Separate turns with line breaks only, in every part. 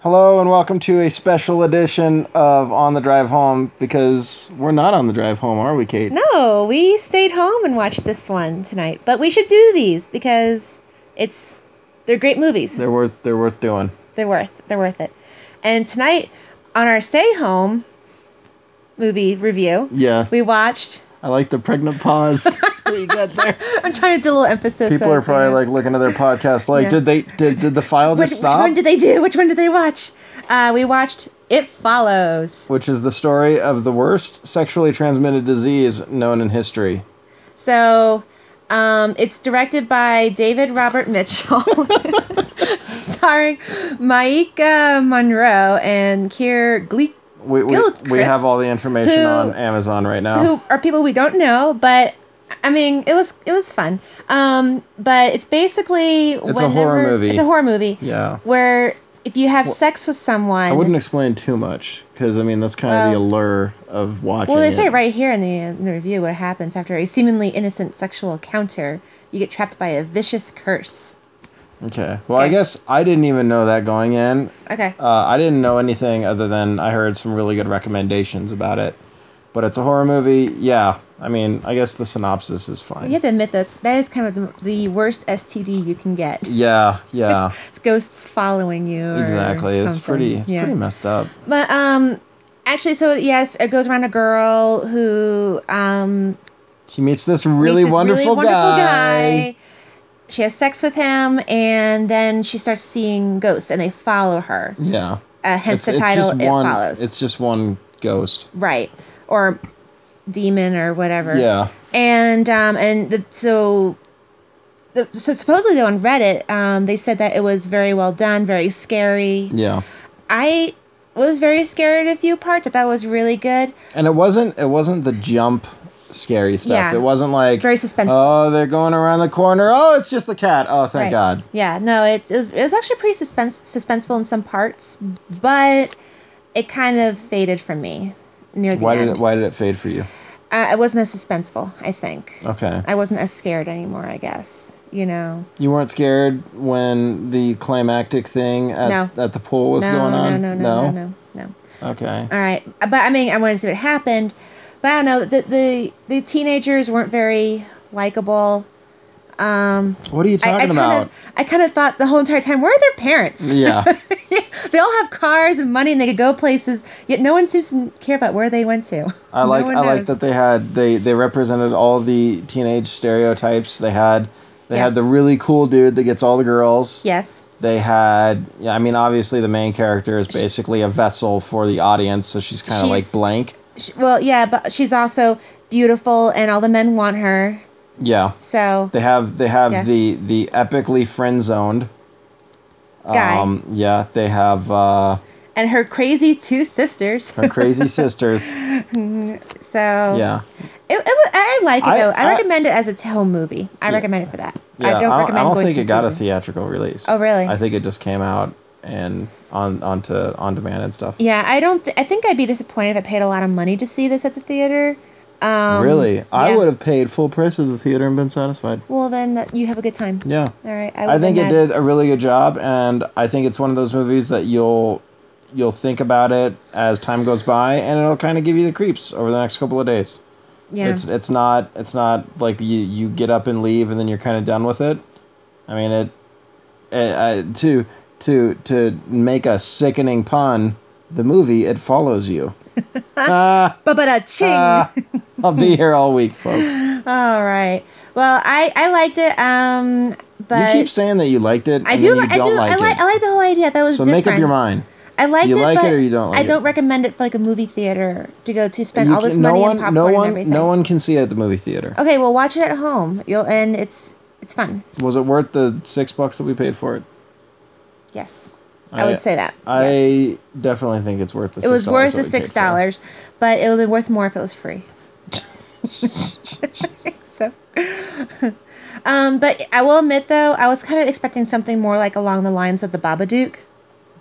Hello and welcome to a special edition of On the Drive Home because we're not on the drive home, are we, Kate?
No, we stayed home and watched this one tonight. But we should do these because it's they're great movies.
They're worth they're worth doing.
They're worth they're worth it. And tonight on our stay home movie review,
Yeah,
we watched.
I like the pregnant pause that you got there.
I'm trying to do a little emphasis.
People
on
are probably
trying to-
like looking at their podcast, like,
Yeah.
did they did, did the file
which,
just
which
stop?
one did they do? Which one did they watch? Uh, we watched It Follows.
Which is the story of the worst sexually transmitted disease known in history.
So. Um, it's directed by David Robert Mitchell, starring Maika Monroe and Kier Gleek
We we,
Guild,
we
Chris.
have all the information
Who-
on Amazon right now.
who are people we don't know, but I mean, it was it was fun. Um, but it's basically
It's a horror movie.
It's a horror movie.
Yeah.
Where if you have sex with someone,
I wouldn't explain too much because I mean that's kind of the
Well-
allure of watching.
Well, they
it.
say right here in the, in the review what happens after a seemingly innocent sexual encounter, you get trapped by a vicious curse.
Okay. Well, I
Okay.
guess I didn't even know that going in.
Okay.
Uh, I didn't know anything other than I heard some really good recommendations about it. But it's a horror movie. Yeah. I mean, I guess the synopsis is fine.
you have to admit that's that is kind of the, the worst STD you can get.
Yeah. Yeah.
It's ghosts following you. or
exactly. It's
something.
pretty. It's
Yeah.
pretty messed up.
But um, actually, so yes, it goes around a girl who um
She meets this really,
meets this
wonderful, guy.
guy. She has sex with him, and then she starts seeing ghosts, and they follow her.
Yeah.
Uh, hence the title. It
one.
follows.
It's just one ghost.
right or demon or whatever.
Yeah.
And um and the so. the So supposedly though on Reddit, um, they said that it was very well done, very scary.
Yeah.
I was very scared at a few parts. I thought it was really good.
And it wasn't it wasn't the jump scary stuff.
Yeah.
It wasn't like
Very suspenseful.
Oh, they're going around the corner. Oh, it's just the cat. Oh, thank
Right.
God.
Yeah, no, it, it was it was actually pretty suspense suspenseful in some parts, but it kind of faded for me near the
Why
end.
did it, why did it fade for you?
uh, it wasn't as suspenseful, I think.
Okay.
I wasn't as scared anymore, I guess. You know.
You weren't scared when the climactic thing at,
No.
at the pool was
no,
going on?
no, no, no, no, no, no.
Okay.
All right, but I mean, I wanted to see what happened, but I don't know. The the, the teenagers weren't very likable. Um,
What are you
I, I
talking
kind
about?
of I kind of thought the whole entire time, where are their parents?
yeah.
they all have cars and money and they could go places yet no one seems to care about where they went to
I like
no one
I like
knows.
that they had they they represented all the teenage stereotypes. They had they
Yeah.
had the really cool dude that gets all the girls.
yes
they had yeah, i mean obviously the main character is basically a vessel for the audience so she's kind of like
She's-
blank
Sh well yeah but she's also beautiful and all the men want her
yeah
so
they have they have
Yes.
the the epically friend zoned
guy
um yeah they have uh
and her crazy two sisters
her crazy sisters
so
yeah
it, it wa- i like it
I-
though i,
I-
recommend it as a tell movie i recommend it for that
yeah
i don't recommend going
think
to
it got a
see
theatrical release
Oh, really?
i think it just came out and on onto on demand and stuff
yeah i don't th- i think i'd be disappointed if i paid a lot of money to see this at the theater um
really i
yeah.
would have paid full price at the theater and been satisfied
well then uh, you have a good time
yeah
all right i,
I
would've
think it
had-
did a really good job, and I think it's one of those movies that you'll you'll think about it as time goes by, and it'll kind of give you the creeps over the next couple of days.
yeah
It's it's not it's not like you you get up and leave, and then you're kind of done with it. I mean it, it I, to to to make a sickening pun. The movie it follows you. Ah,
Ba-ba-da-ching.
ah, I'll be here all week, folks.
All right. Well, I I liked it. Um,
You
but
keep saying that you liked it, and
I do.
then
li-
you
I do.
don't like
I like.
it.
I like the whole idea. That was
so
different.
make up your mind.
I liked
You
it.
like it
but
or you don't like
I
it?
don't recommend it for like a movie theater to go to spend
You
all this
can-
money
no
on
one,
popcorn
no one,
and everything. Oh.
No one can see it at the movie theater.
Okay, well, watch it at home. You'll and it's it's fun.
Was it worth the six bucks that we paid for it?
Yes, I,
I-
would say that.
I
yes.
definitely think it's worth the.
It was worth
that we
the
paid
six
for it.
dollars, but it would be worth more if it was free. so um but i will admit though i was kind of expecting something more like along the lines of the babadook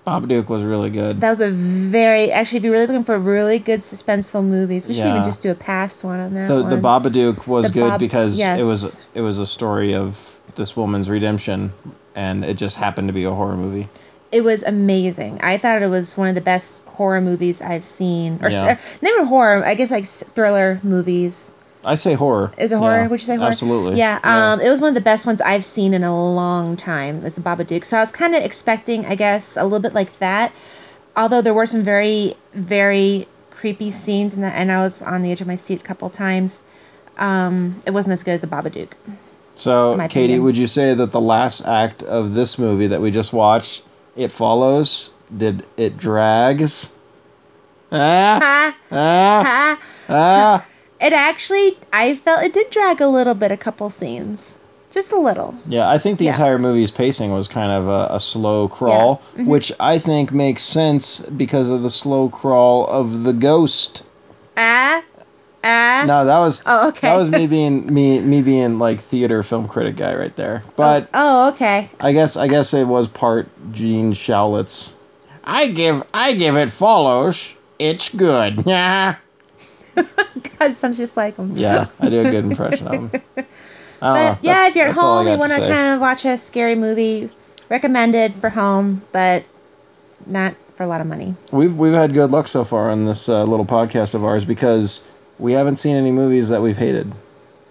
Babadook was really good.
that was a very actually if you're really looking for really good suspenseful movies we should
Yeah.
even just do a past one on that
the
one.
the Babadook was
The
good
Bob-
because it was
yes.
it was a story of this woman's redemption, and it just happened to be a horror movie.
it was amazing. I thought it was one of the best horror movies I've seen, or
Yeah.
s- not even horror. I guess like s- thriller movies.
I say horror.
Is it horror?
Yeah,
Would you say horror?
Absolutely.
Yeah, Um, it was one of the best ones I've seen in a long time. It was the Babadook. So I was kind of expecting, I guess, a little bit like that. Although there were some very, very creepy scenes, in that, and I was on the edge of my seat a couple times. Um, it wasn't as good as the Babadook.
so,
my
Katie,
opinion.
would you say that the last act of this movie that we just watched, it follows? Did it drags? Ah,
Ha,
ah,
ha.
ah.
It actually, I felt it did drag a little bit, a couple scenes, just a little.
Yeah, I think the
Yeah.
entire movie's pacing was kind of a, a slow crawl,
Mm-hmm.
which I think makes sense because of the slow crawl of the ghost.
Ah, ah.
No, that was
Oh, okay.
that was me being me me being like theater film critic guy right there. But
oh, okay.
I guess I guess it was part Gene Shaulitz. I give I give it follows. It's good. Yeah.
God, sounds just like him.
Yeah, I do a good impression of him. I don't know.
But yeah,
Oh, That's-
if you're at
that's all I
home, you
got
want to
say.
kind of watch a scary movie, recommended for home, but not for a lot of money.
We've we've had good luck so far on this uh, little podcast of ours because we haven't seen any movies that we've hated.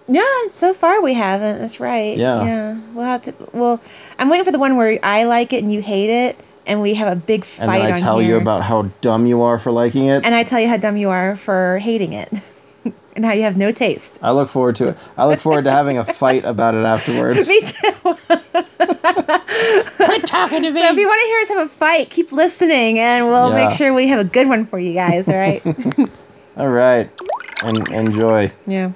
Yeah, so far we haven't. That's right.
Yeah.
Yeah. We'll have to. Well, I'm waiting for the one where I like it and you hate it, and we have a big fight
And then I
on
tell you
here.
about how dumb you are for liking it.
And I tell you how dumb you are for hating it, and how you have no taste.
I look forward to it. I look forward to having a fight about it afterwards.
Me too.
Quit talking to me.
So if you want to hear us have a fight, keep listening, and we'll
Yeah.
make sure we have a good one for you guys. All right.
All right. And enjoy.
yeah.